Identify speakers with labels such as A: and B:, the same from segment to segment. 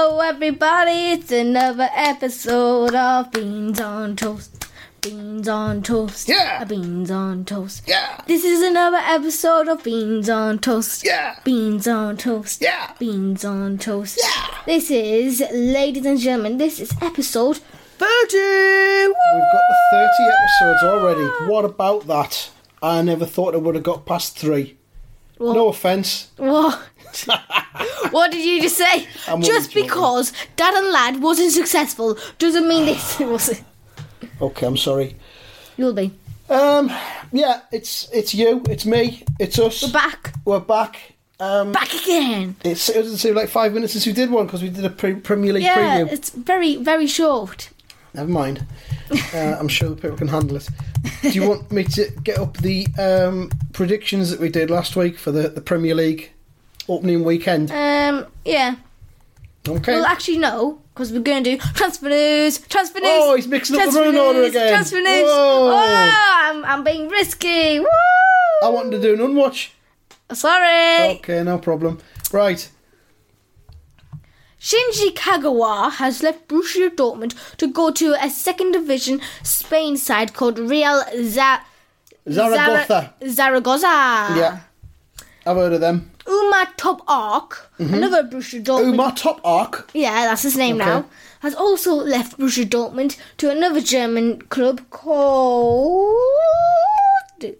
A: everybody, it's another episode of Beans on Toast. Beans on Toast.
B: Yeah.
A: Beans on Toast.
B: Yeah.
A: This is another episode of Beans on Toast.
B: Yeah.
A: Beans on Toast.
B: Yeah.
A: Beans on Toast.
B: Yeah.
A: This is, ladies and gentlemen, this is episode
B: 30!
C: We've got the 30 episodes already. What about that? I never thought it would have got past three. No offence.
A: What? what did you just say?
C: I'm only
A: just
C: joking.
A: because Dad and Lad wasn't successful doesn't mean this wasn't.
C: Okay, I'm sorry.
A: You'll be
C: Um, yeah, it's it's you, it's me, it's us. We're
A: back,
C: We're back. Um,
A: back again.
C: it's, it doesn't seem like five minutes since we did one because we did a pre- Premier League
A: Yeah,
C: preview.
A: it's very, very short.
C: Never mind. Uh, I'm sure the people can handle it. Do you want me to get up the um, predictions that we did last week for the, the Premier League opening weekend?
A: Um, yeah.
C: Okay.
A: Well, actually, no, because we're going to do transfer news, transfer news.
C: Oh, he's mixing up the
A: transfer
C: running order
A: news,
C: again.
A: Transfer news.
C: Whoa.
A: Oh, I'm, I'm being risky. Woo!
C: I Oh. wanted to do an unwatch.
A: Sorry.
C: Okay, no problem. Right.
A: Shinji Kagawa has left Borussia Dortmund to go to a second division Spain side called Real Za- Zara-
C: Zaragoza.
A: Ah. Zaragoza.
C: yeah. I've heard of them.
A: Uma Top Ark,
C: Mm-hmm.
A: another Borussia Dortmund.
C: Umar Top Arc.
A: Yeah, that's his name
C: Okay.
A: now. Has also left Borussia Dortmund to another German club called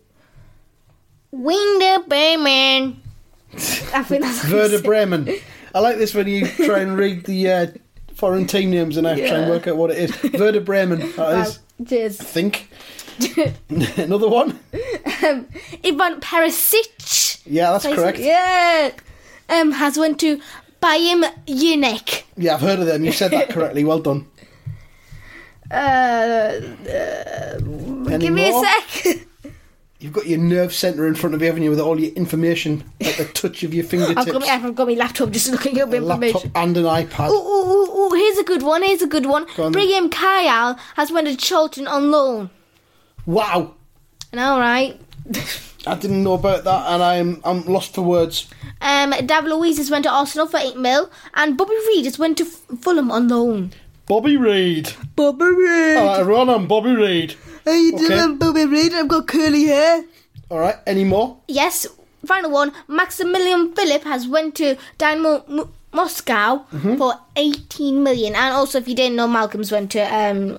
A: Winder Bremen. I think that's how you
C: Werder
A: say-
C: Bremen. I like this when you try and read the uh, foreign team names and I try and work out what it is. Werder Bremen, that is.
A: Cheers.
C: I think. Another one?
A: um, Ivan Perisic.
C: Yeah, that's correct. Yeah.
A: Yeah. Um, has went to Bayern Munich.
C: I've heard of them. You said that correctly. Well done.
A: Uh, uh, give me
C: more?
A: a sec.
C: You've got your nerve centre in front of you, haven't you, with all your information at the touch of your fingertips.
A: I've got, my, I've got my laptop just looking up
C: a laptop
A: information.
C: and an iPad.
A: Ooh, ooh, ooh, ooh, here's a good one, here's a good one.
C: Go on then.
A: Brigham Kyle has went to Charlton on loan.
C: Wow.
A: And all right.
C: I didn't know about that and I'm I'm lost for words.
A: Um, Dav Luiz has went to Arsenal for 8 mil. And Bobby Reed has went to F- Fulham on loan.
C: Bobby Reed.
A: Bobby Reed!
C: All right, everyone, I'm Bobby Reed.
A: How you
C: Oh, okay. doing,
A: Bobby Reed? I've got curly hair.
C: All right, any more?
A: Yes, final one. Maximilian Philip has went to Dynamo M- Moscow
C: Mm-hmm.
A: for 18 million. And also, if you didn't know, Malcolm's went to um,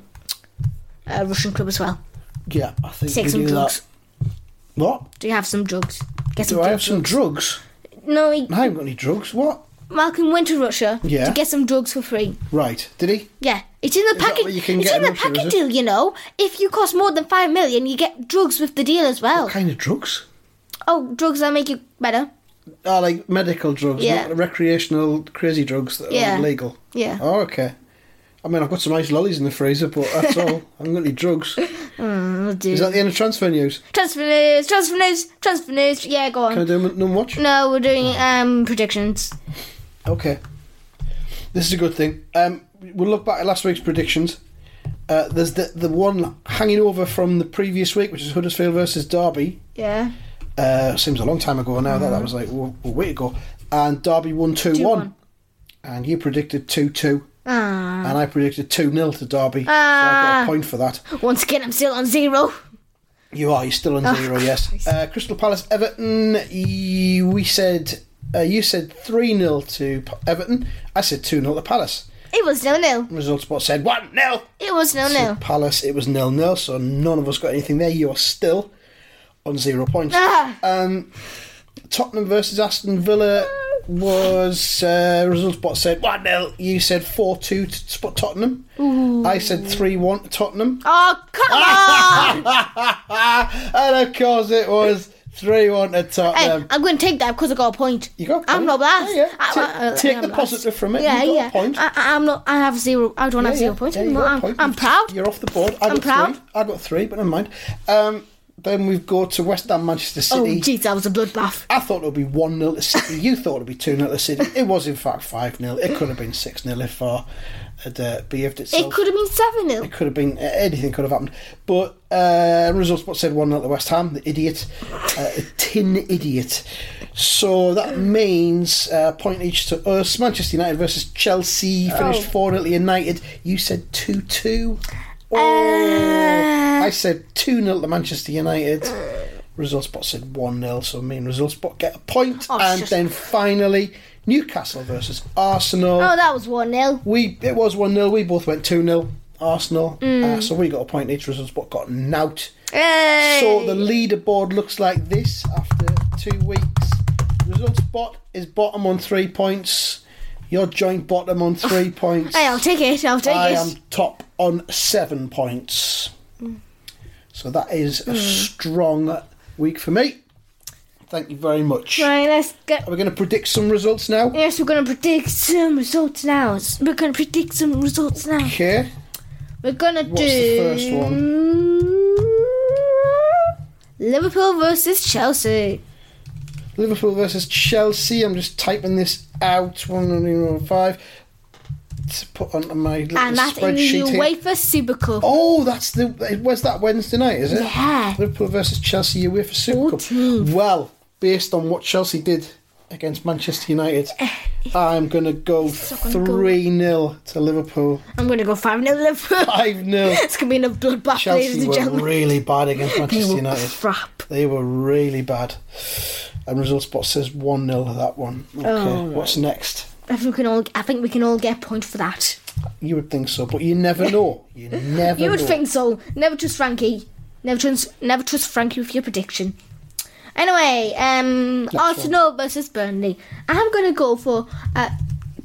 A: a Russian club as well.
C: Yeah, I think
A: Take
C: we
A: some
C: do
A: drugs.
C: that. What?
A: Do you have some drugs? Get some
C: Do I have
A: drugs.
C: some drugs?
A: No, he,
C: I haven't got any drugs. What?
A: Malcolm went to Russia
C: Yeah.
A: to get some drugs for free.
C: Right. Did he?
A: Yeah, it's in the
C: that
A: packet.
C: what you can
A: it's
C: get
A: in
C: in
A: the
C: Russia,
A: packet
C: is it?
A: deal, you know. If you cost more than five million, you get drugs with the deal as well.
C: What kind of drugs?
A: Oh, drugs that make you better.
C: Ah, like medical drugs,
A: Yeah.
C: not recreational crazy drugs that
A: Yeah.
C: are illegal.
A: Yeah.
C: Oh, okay. I mean, I've got some ice lollies in the freezer, but that's all. I haven't got any drugs.
A: Oh,
C: Is
A: dear.
C: that the end of transfer news?
A: Transfer news, transfer news, transfer news. Yeah, go on.
C: Can I do none watch?
A: No, we're doing um predictions.
C: Okay. This is a good thing. Um, we'll look back at last week's predictions. Uh, there's the the one hanging over from the previous week, which is Huddersfield versus Derby.
A: Yeah.
C: Uh, seems a long time ago now. That that was like well, a week ago. And Derby won 2
A: 2-1.
C: 1. And you predicted 2 2.
A: Ah.
C: And I predicted 2 0 to Derby. So I got
A: Ah.
C: a point for that.
A: Once again, I'm still on zero.
C: You are. You're still on zero. yes. Uh, Crystal Palace, Everton. y- We said uh, you said three 0 to P- Everton. I said two 0 to Palace.
A: It was no nil.
C: Results bot said one 0
A: It was no nil.
C: Palace. It was nil nil. So none of us got anything there. You are still on zero points.
A: Ah.
C: Um, Tottenham versus Aston Villa was uh, results bot said one 0 You said four two to spot Tottenham. I said three one to Tottenham.
A: Oh come on!
C: and of course it was 3 1 to
A: Hey,
C: Tottenham.
A: I'm going to take that because I got a point.
C: Um, you got a
A: I'm
C: point.
A: not last.
C: Yeah, yeah.
A: I- I- I-
C: Ta- take
A: I'm
C: the
A: last.
C: positive from it.
A: Yeah,
C: you got
A: yeah.
C: a point.
A: I, I- I'm not. I have zero. I don't have
C: Yeah,
A: zero
C: yeah.
A: points.
C: Yeah, you
A: anymore.
C: got a
A: I'm,
C: point.
A: I'm proud.
C: You're off the board. I
A: I'm
C: got
A: proud.
C: Three. I got three, but never mind. Um, Then we've got to West Ham, Manchester
A: Oh,
C: City.
A: jeez, that was a bloodbath.
C: I thought it would be 1 0 to City. You thought it would be 2 0 to City. It was, in fact, 5 0. It could have been 6 0 if VAR had uh, behaved itself.
A: It could have been 7 0.
C: It could have been uh, anything could have happened. But uh, results what said one 0 to West Ham. The idiot, uh, a tin idiot. So that means uh, point each to us. Manchester United versus Chelsea finished
A: Oh.
C: four 0 United. You said two two. Oh,
A: Uh.
C: I said two 0 to Manchester United. Results spot said one 0 so me and results spot get a point.
A: Oh,
C: and
A: shush.
C: then finally Newcastle versus Arsenal.
A: Oh, that was 1 0.
C: We it was one 0 We both went two 0 Arsenal.
A: Mm.
C: Uh, so we got a point each. Results but got knout.
A: Hey!
C: So the leaderboard looks like this after two weeks. Results bot is bottom on three points. You're joint bottom on three points.
A: Hey, I'll take it. I'll take
C: I
A: it.
C: am top on seven points.
A: Mm.
C: So that is a strong week for me. Thank you very much. Are
A: Right, let's get.
C: we going to predict some results now?
A: Yes, we're going to predict some results now. We're going to predict some results now.
C: Okay.
A: We're gonna
C: What's
A: do
C: the first
A: Liverpool versus Chelsea.
C: Liverpool versus Chelsea. I'm just typing this out. One one five to put onto my little
A: and that's in the
C: spreadsheet here.
A: UEFA Super Cup.
C: Oh, that's the. Where's that Wednesday night? Is it?
A: Yeah.
C: Liverpool versus Chelsea. You for Super Cup.
A: 14th.
C: Well, based on what Chelsea did against Manchester United, I'm gonna go
A: Eh, not gonna go.
C: three 0 to Liverpool.
A: I'm gonna go 5 0 Liverpool.
C: Five 0
A: it's gonna be in a bloodbath, ladies
C: Chelsea
A: and
C: were
A: gentlemen.
C: really bad against
A: They
C: Manchester
A: were
C: United.
A: crap.
C: They were really bad. And result spot says one 0 that one. Okay.
A: Oh,
C: what's next?
A: I think we can all. I think we can all get a point for that.
C: You would think so, but you never know. You never.
A: You would
C: know.
A: think so. Never trust Frankie. Never trust. Never trust Frankie with your prediction. Anyway, um, Arsenal versus Burnley. I'm gonna go for a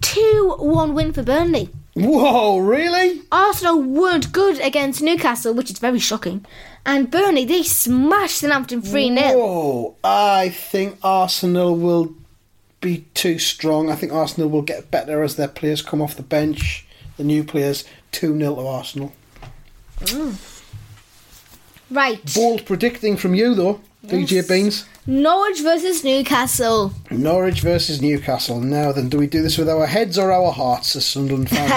A: two-one win for Burnley.
C: Whoa, really?
A: Arsenal weren't good against Newcastle, which is very shocking. And Burnley, they smashed Southampton 3 0.
C: Whoa! I think Arsenal will be too strong. I think Arsenal will get better as their players come off the bench. The new players two 0 to Arsenal.
A: Right.
C: Bold predicting from you though, DJ Beans.
A: Norwich versus Newcastle.
C: Norwich versus Newcastle. Now then, do we do this with our heads or our hearts as Sunderland fans?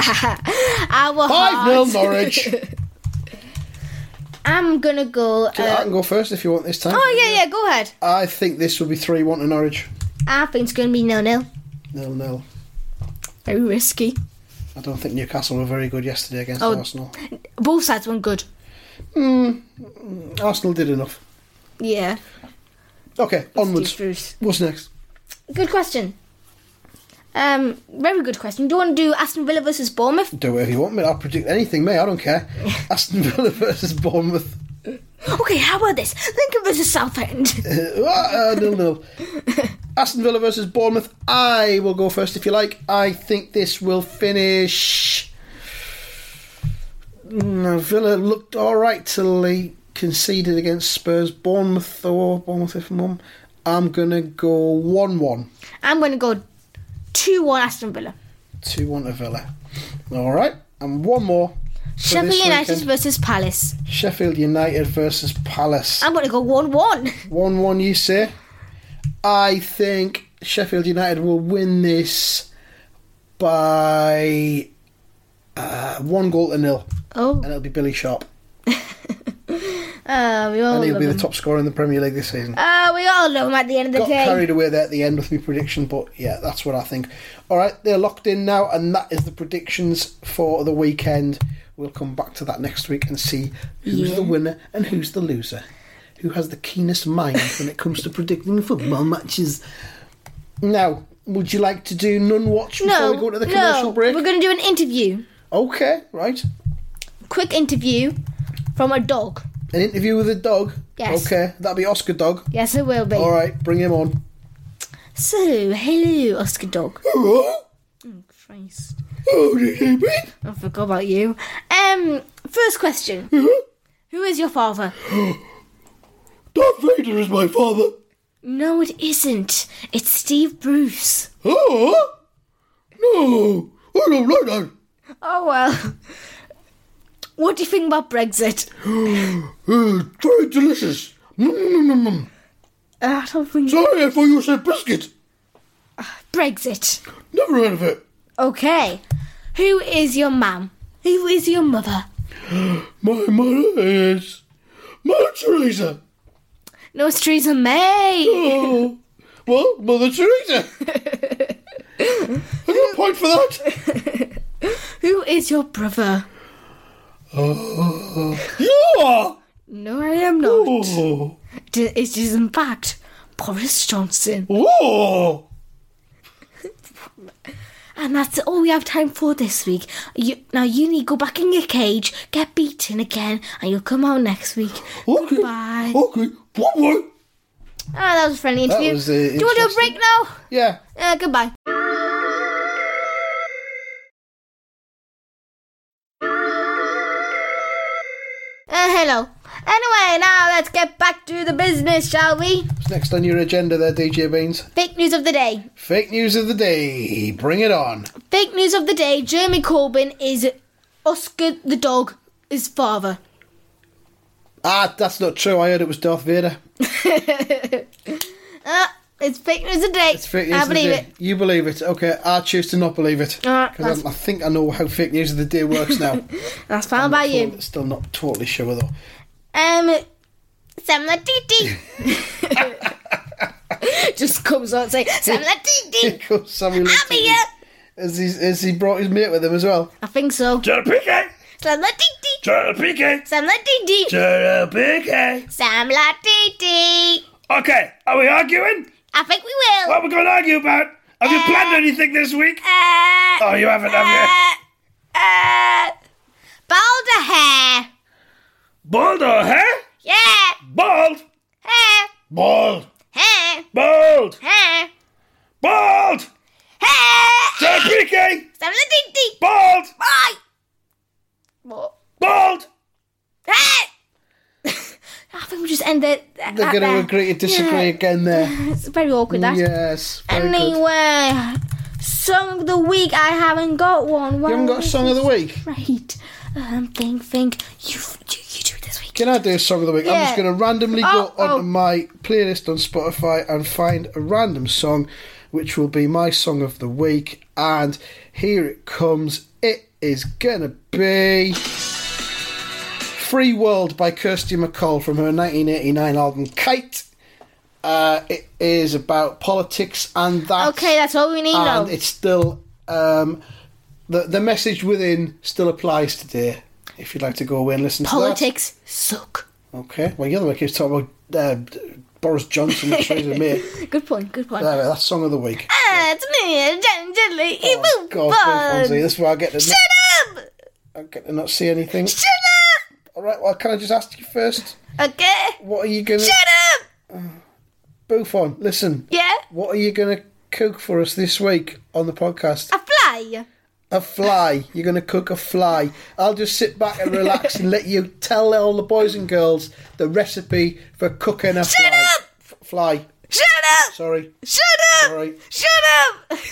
A: Our
C: Five 0
A: hearts.
C: Norwich.
A: I'm going to go.
C: I
A: Uh,
C: can go first if you want this time.
A: oh, yeah, yeah, go ahead.
C: I think this will be three one to Norwich.
A: I think it's going to be 0 0.
C: Nil nil.
A: Very risky.
C: I don't think Newcastle were very good yesterday against
A: Oh.
C: Arsenal. Hmm.
A: Both sides weren't good.
C: Arsenal did enough.
A: Yeah.
C: Okay, onwards.
A: Bruce.
C: What's next?
A: Good question. Um, very good question. Do you want to do Aston Villa versus Bournemouth?
C: Do whatever you want, mate. I'll predict anything, mate. I don't care. Aston Villa versus Bournemouth.
A: Okay, how about this? Lincoln versus Southend.
C: Uh, uh, nil nil. Aston Villa versus Bournemouth. I will go first if you like. I think this will finish. No, Villa looked all right till they conceded against Spurs. Bournemouth though, oh, Bournemouth if mum. I'm gonna go one one.
A: I'm going to go 2 1 Aston Villa.
C: 2 1 to Villa. All right, and one more. for
A: Sheffield
C: this
A: United
C: weekend.
A: versus Palace.
C: Sheffield United versus Palace.
A: I'm going to go 1 1.
C: 1 1, you say? I think Sheffield United will win this by uh, one goal to nil,
A: Oh,
C: and it'll be Billy Sharp.
A: uh, we all
C: And he'll
A: love
C: be the
A: him.
C: top scorer in the Premier League this season.
A: Uh, we all love him at the end of the
C: Got
A: day.
C: carried away there at the end with my prediction, but yeah, that's what I think. All right, they're locked in now, and that is the predictions for the weekend. We'll come back to that next week and see who's
A: Yeah.
C: the winner and who's the loser, who has the keenest mind when it comes to predicting football matches. Now, would you like to do none watch before
A: no,
C: we go to the
A: no,
C: commercial break?
A: We're going to do an interview.
C: Okay, right.
A: Quick interview from a dog.
C: An interview with a dog.
A: Yes.
C: Okay, that'll be Oscar Dog.
A: Yes, it will be.
C: All right, bring him on.
A: So, hello, Oscar Dog.
C: Oh,
A: Christ.
C: DJ Bean.
A: I forgot about you. Um, first question Who is your father?
C: Darth Vader is my father.
A: No, it isn't. It's Steve Bruce.
C: Oh no! I don't like that.
A: Oh, well. What do you think about Brexit?
C: It's Uh, very delicious. Nom, nom, nom, nom.
A: Uh, I don't think
C: Sorry, I thought you said brisket.
A: Brexit.
C: Never heard of it.
A: Okay. Who is your mum? Who is your mother?
C: My mother is Mother Teresa.
A: No, it's Theresa May.
C: Oh, well, Mother Teresa. I got a point for that.
A: Who is your brother?
C: You are.
A: No, I am not.
C: Oh,
A: D- It is in fact Boris Johnson.
C: oh.
A: And that's all we have time for this week. You, now you need to go back in your cage, get beaten again, and you'll come out next week.
C: Okay.
A: Goodbye.
C: Okay. What? What?
A: Ah, that was a friendly interview.
C: was, uh,
A: do you want to do a
C: interesting.
A: break now?
C: Yeah.
A: Uh, goodbye. Uh, hello. Anyway, now let's get back to the business, shall we?
C: What's next on your agenda there, DJ Beans?
A: Fake news of the day.
C: Fake news of the day. Bring it on.
A: Fake news of the day: Jeremy Corbyn is Oscar the dog, his father.
C: Ah, that's not true. I heard it was Darth Vader.
A: Uh, it's fake news of the day.
C: It's fake news
A: I
C: of the
A: believe
C: day.
A: it.
C: You believe it. Okay, I choose to not believe it.
A: Alright,
C: Because
A: that's-
C: I, I think I know how fake news of the day works now.
A: That's found by you.
C: Well, still not totally sure though.
A: Um, Sam La Titi. Just comes out saying, Sam La
C: Here
A: Titi,
C: comes Sammy
A: I'm here.
C: As he, as he brought his mate with him as well.
A: I think so.
C: Piquet!
A: Sam La Titi,
C: Gerald Piquet!
A: Sam La Titi,
C: Gerald Piquet!
A: Sam La Titi.
C: Okay, are we arguing?
A: I think we will.
C: are we going to argue about? Have you planned anything this week? Oh,
A: Uh,
C: you haven't,
A: uh, uh, Balder hair.
C: Bald or hair?
A: Yeah,
C: Bald!
A: hair,
C: Bald!
A: hair,
C: Bald!
A: hair,
C: Bald!
A: hair.
C: Gerald Piquet!
A: Sam La Titi.
C: Bald!
A: Bye. What?
C: Bald!
A: I think we just end it. at
C: They're going to
A: there.
C: agree to disagree
A: Yeah.
C: again there.
A: It's very awkward. That.
C: Yes. Very good. You
A: Anyway, song of the week. I haven't got one. You
C: haven't got a song of the week?
A: Right. Um, think, think. You, you, you do it this week.
C: Can I do a song of the week? I'm just
A: Yeah.
C: going to randomly
A: Oh,
C: go onto
A: oh.
C: my playlist on Spotify and find a random song, which will be my song of the week. And here it comes. It is going to be Free World by Kirsty McCall from her 1989 album Kite. Uh, it is about politics and that.
A: Okay, that's all we need.
C: and
A: though.
C: it's still um, the the message within still applies today. If you'd like to go away and listen to that.
A: Politics suck.
C: Okay. Well, you're the one who keeps talking about uh, Boris Johnson and Theresa May.
A: Good point. Good point.
C: There, that's song of the week.
A: Ah, it's me, Jen Gently. Oh,
C: God, Phil Fonzie, this is why I get to not,
A: Shut up!
C: I get to not see anything.
A: Shut
C: All right. Well, can I just ask you first?
A: up! Okay.
C: What are you gonna
A: Shut up!
C: Buffon? Listen.
A: Yeah.
C: What are you gonna cook for us this week on the podcast?
A: A fly.
C: A fly. You're going to cook a fly. I'll just sit back and relax and let you tell all the boys and girls the recipe for cooking a fly.
A: up!
C: F- fly.
A: Shut up!
C: Sorry.
A: Shut up!
C: Sorry.
A: Shut up!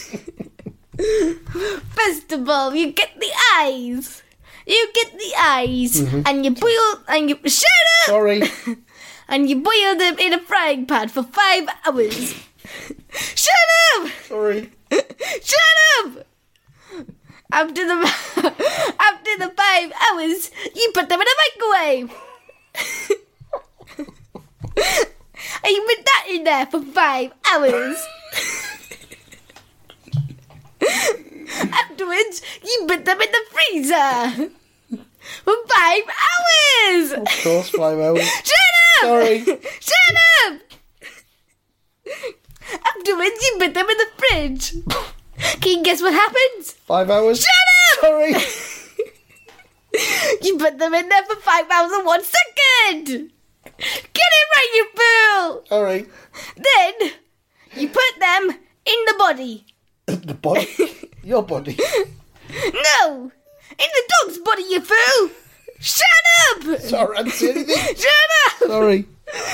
A: First of all, you get the eyes. You get the eyes, and you boil and you shut up,
C: Mm-hmm. Sorry.
A: and you boil them in a frying pan for five hours. shut up!
C: Sorry.
A: Shut up! After the after the five hours, you put them in a microwave. and you put that in there for five hours. Afterwards, you put them in the freezer for five hours.
C: Of course, fly mode.
A: Shut up!
C: Sorry.
A: Shut up! Afterwards, you put them in the fridge. Can you guess what happens?
C: Five hours.
A: Shut up!
C: Sorry.
A: You put them in there for five hours and one second! Get it right, you fool!
C: Sorry.
A: Then, you put them in the body.
C: The body. Your body.
A: No! In the dog's body, you fool! Shut up!
C: Sorry. I didn't see anything.
A: Shut up!
C: Sorry.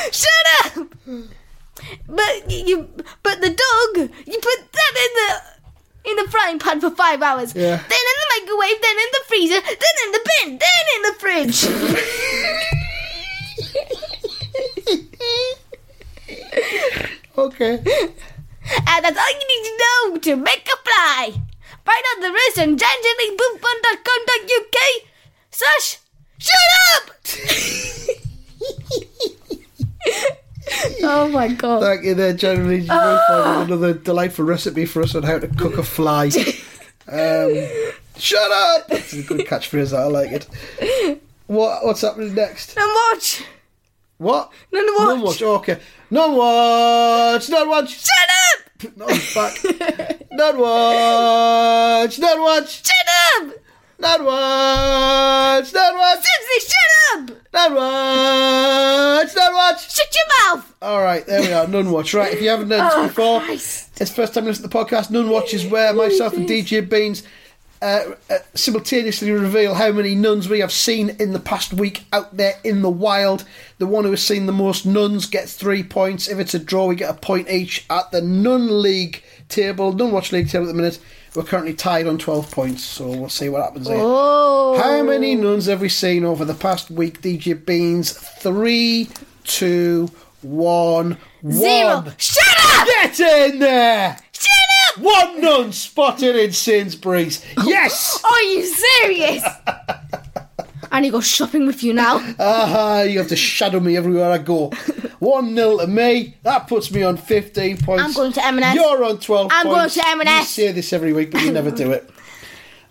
A: Shut up! But y- you, but the dog, you put that in the in the frying pan for five hours.
C: Yeah.
A: Then in the microwave, then in the freezer, then in the bin, then in the fridge.
C: Okay.
A: And that's all you need to know to make a fly. Find out the rest on janjaniboomfund.com.uk slash shut up! oh my god.
C: Thank you there, generally. You will
A: Ah.
C: find another delightful recipe for us on how to cook a fly. um, shut up! That's a good catchphrase. that, I like it. What What's happening next?
A: And watch!
C: What?
A: None watch.
C: None watch. Oh, okay. None watch. None watch.
A: Shut up!
C: None back. None watch. None watch.
A: Shut up!
C: None watch. None watch.
A: Simply shut up!
C: None watch. None watch.
A: Shut your mouth!
C: All right, there we are. None watch. Right, if you haven't heard this before,
A: Christ.
C: It's the first time you listen to the podcast. Nun watches where myself and DJ Beans uh, uh, simultaneously reveal how many nuns we have seen in the past week out there in the wild. The one who has seen the most nuns gets three points. If it's a draw, we get a point each at the Nun League table, Nun Watch League table at the minute. We're currently tied on 12 points, so we'll see what happens here.
A: Oh.
C: How many nuns have we seen over the past week, DJ Beans? Three, two, one,
A: Zero.
C: one.
A: Shut up!
C: Get in there!
A: Shut up!
C: One nun spotted in Sainsbury's. Yes!
A: Are you serious? I need to go shopping with you now.
C: Ah, you have to shadow me everywhere I go. 1 0 to me. That puts me on 15 points.
A: I'm going to M&S.
C: You're on 12
A: I'm going
C: points.
A: to M&S.
C: You say this every week, but you never do it.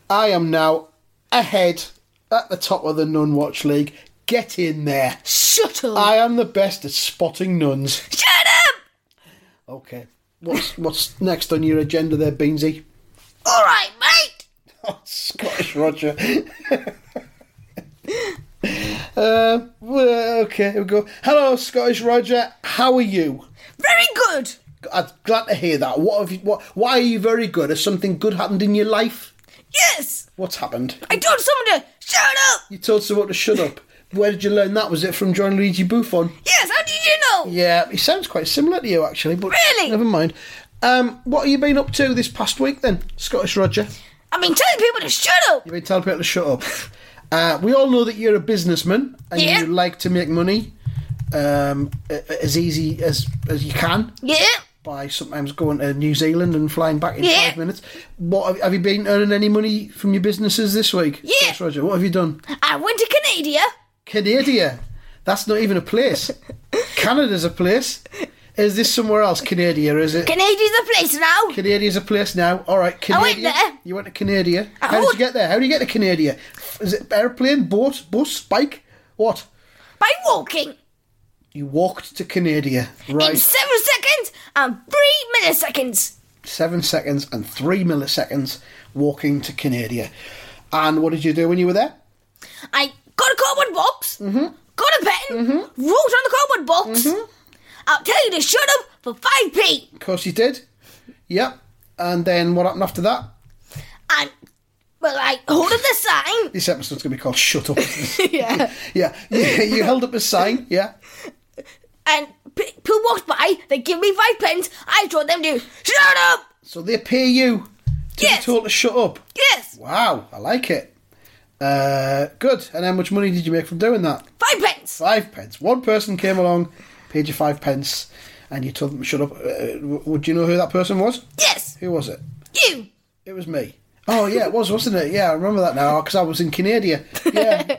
C: I am now ahead at the top of the Nun Watch League. Get in there.
A: Shut up!
C: I am the best at spotting nuns.
A: Shut up!
C: Okay. What's what's next on your agenda there, Beansy?
A: All right, mate.
C: Oh, Scottish Roger. uh, well, okay, here we go. Hello, Scottish Roger. How are you?
A: Very good.
C: I'm glad to hear that. What have you, what? Why are you very good? Has something good happened in your life?
A: Yes,
C: What's happened?
A: I told someone to shut up.
C: You told someone to shut up. Where did you learn that? Was it from John Luigi Buffon?
A: Yes, how did you know?
C: Yeah, he sounds quite similar to you actually. But
A: Really?
C: never mind. Um, what have you been up to this past week then, Scottish Roger?
A: I've been telling people to shut up.
C: You've been telling people to shut up. Uh, we all know that you're a businessman and
A: Yeah.
C: you like to make money um, a- a- as easy as, as you can
A: Yeah,
C: by sometimes going to New Zealand and flying back in
A: Yeah.
C: five minutes. What have you been earning any money from your businesses this week?
A: Yeah.
C: Yes, Roger. What have you done?
A: I went to Canada.
C: Canada. That's not even a place. Canada's a place. Is this somewhere else? Canada, is it?
A: Canada's the place now.
C: Canada's a place now. All right, Canada.
A: went Oh, there. Oh.
C: You went to Canada.
A: I
C: How did
A: would-
C: you get there? How do you get to Canada? Is it airplane, boat, bus, bike? What?
A: By walking
C: You walked to Canada. Right.
A: in seven seconds and three milliseconds.
C: Seven seconds and three milliseconds walking to Canada. And what did you do when you were there?
A: I got a cardboard box, got a pen, wrote on the cardboard box. I'll tell you to shut up for five p.
C: Of course you did. Yep. And then what happened after that?
A: And well, I hold up the sign.
C: This episode's going to be called Shut Up.
A: yeah.
C: yeah. You, you held up a sign. Yeah.
A: And p- people walked by. They give me five pence. I told them to shut up.
C: So they pay you to
A: Yes.
C: be told to shut up.
A: Yes,
C: Wow, I like it. Uh, good. And how much money did you make from doing that?
A: five pence.
C: Five pence. One person came along, paid you five pence, and you told them to shut up. Uh, w- would you know who that person was?
A: Yes,
C: Who was it?
A: you.
C: It was me. Oh yeah, it was, wasn't it? Yeah, I remember that now because I was in Canada. Yeah.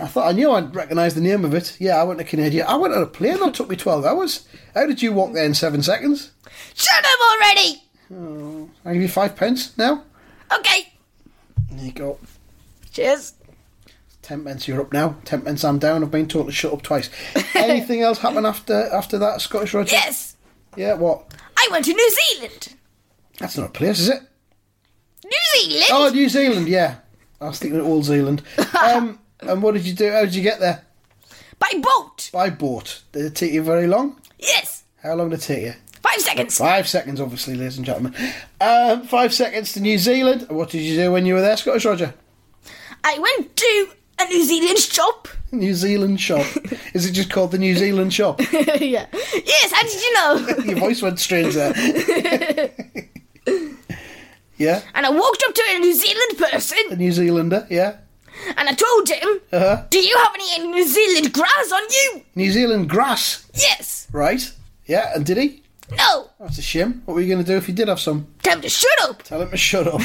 C: I thought I knew I'd recognise the name of it. Yeah, I went to Canada. I went on a plane. That took me twelve hours. How did you walk there in seven seconds?
A: Shut up already.
C: I give you five pence now.
A: Okay.
C: There you go.
A: Cheers.
C: Ten pence, you're up now. Ten pence, I'm down. I've been told to shut up twice. Anything else happen after after that, Scottish Roger?
A: Yes,
C: Yeah, what?
A: I went to New Zealand.
C: That's not a place, is it?
A: New Zealand.
C: Oh, New Zealand. Yeah, I was thinking of Old Zealand. Um, and what did you do? How did you get there?
A: By boat.
C: By boat. Did it take you very long?
A: Yes,
C: How long did it take you?
A: five seconds.
C: Five seconds, obviously, ladies and gentlemen. Um, five seconds to New Zealand. What did you do when you were there, Scottish Roger?
A: I went to a New Zealand shop.
C: New Zealand shop. Is it just called the New Zealand shop?
A: yeah. Yes, how did you know?
C: Your voice went strange there. yeah,
A: and I walked up to a New Zealand
C: a
A: person
C: New Zealander. Yeah,
A: and I told him,
C: uh-huh.
A: Do you have any New Zealand grass on you?
C: New Zealand grass.
A: Yes.
C: Right. Yeah, and did he?
A: No!
C: That's a shame. What were you going to do if you did have some?
A: Time to shut up!
C: Tell him to shut up.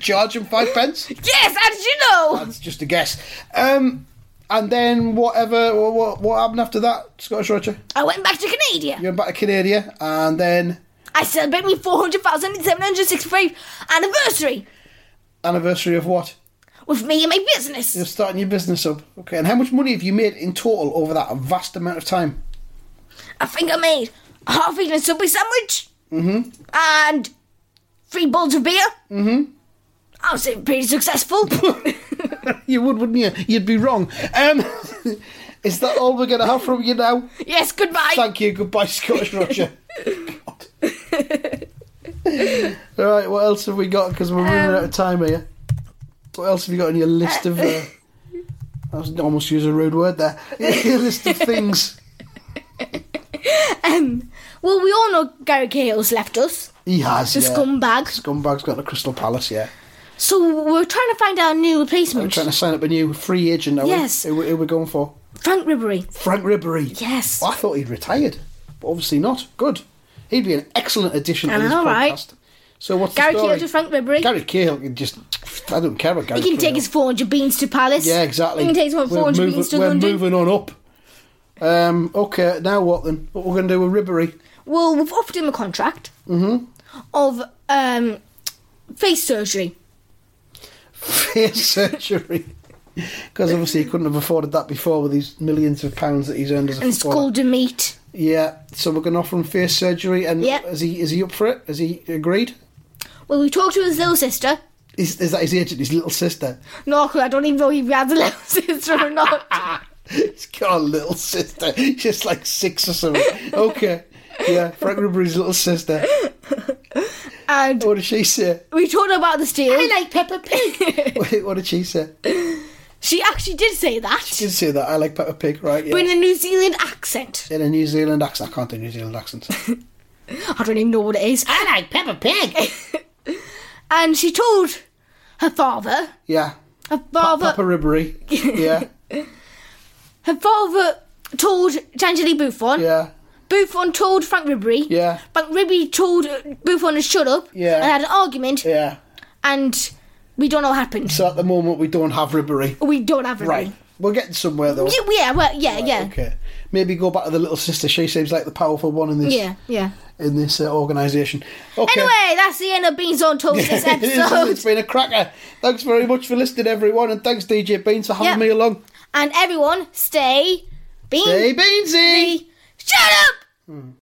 C: Charge him five pence.
A: Yes, how did you know?
C: That's just a guess. Um, and then whatever, what, what, what happened after that, Scottish Roger?
A: I went back to Canada.
C: You went back to Canada, and then
A: I celebrate my 400,765 anniversary
C: anniversary of what?
A: with me and my business.
C: You're starting your business up. Okay, and how much money have you made in total over that vast amount of time?
A: I think I made a half eaten Subway sandwich. Mm-hmm. And three bowls of beer. Mm-hmm. I was pretty successful.
C: You would, wouldn't you? You'd be wrong. Um, is that all we're going to have from you now?
A: yes, goodbye.
C: Thank you. Goodbye, Scottish Roger. God. all right, what else have we got? Because we're running
A: Um,
C: out of time here. What else have you got on your list of? Uh, I was almost using a rude word there. your list of things.
A: well, we all know Gary Cahill's left us,
C: He has.
A: the
C: yeah.
A: scumbag.
C: Scumbag's got the Crystal Palace, yeah.
A: So we're trying to find our new
C: We're
A: replacement,
C: trying to sign up a new free agent, are
A: Yes.
C: we? Who, who we going for?
A: Frank Ribery.
C: Frank Ribery.
A: Yes.
C: Well, I thought he'd retired, but obviously not. Good. He'd be an excellent addition
A: I
C: to this
A: know,
C: podcast.
A: right?
C: So what's
A: Gary
C: the story?
A: Cahill to Frank Ribery.
C: Gary Cahill can just. I don't care about Gary
A: he can
C: Cahill.
A: take his 400 beans to Palace.
C: Yeah, exactly.
A: He can take his 400
C: we're
A: beans
C: moving,
A: to
C: we're
A: London.
C: moving on up. Um, okay, now what then? What we're going to do with Ribery?
A: Well, we've offered him a contract
C: Mm-hmm.
A: of um, face surgery.
C: Face surgery. Because obviously he couldn't have afforded that before with these millions of pounds that he's earned as a
A: And it's
C: footballer.
A: called a meat.
C: Yeah, so we're going to offer him face surgery, and
A: Yep.
C: is he is he up for it? Has he agreed?
A: Well, we talked to his little sister.
C: Is, is that his agent? His little sister?
A: No, 'cause I don't even know if he has a little sister or not.
C: He's got a little sister. She's like six or something. Okay, yeah, Frank Ribery's little sister.
A: And
C: What did she say?
A: we talked about the steal. I like Peppa Pig.
C: Wait, what did she say?
A: she actually did say that,
C: She did say that. I like Peppa Pig, right? Yeah.
A: but in a New Zealand accent.
C: in a New Zealand accent. I can't do New Zealand accents.
A: I don't even know what it is. I like Peppa Pig. and she told her father.
C: Yeah.
A: Her father.
C: Papa Ribery. Yeah.
A: her father told Tangeli Buffon.
C: Yeah.
A: Buffon told Frank Ribery.
C: Yeah.
A: Frank Ribery told Buffon to shut up.
C: Yeah.
A: And had an argument,
C: Yeah.
A: and we don't know what happened.
C: So at the moment we don't have Ribery.
A: We don't have Ribery.
C: Right. We're getting somewhere though.
A: Yeah, yeah, well, yeah, yeah.
C: Okay. Maybe go back to the little sister. She seems like the powerful one in this
A: Yeah, yeah.
C: in this uh, organisation. Okay.
A: Anyway, that's the end of Beans on Toast this
C: it's
A: episode.
C: been a cracker. Thanks very much for listening, everyone, and thanks DJ Beans for having
A: Yeah.
C: me along.
A: and everyone, stay beansy.
C: Hey Beansy.
A: Shut up!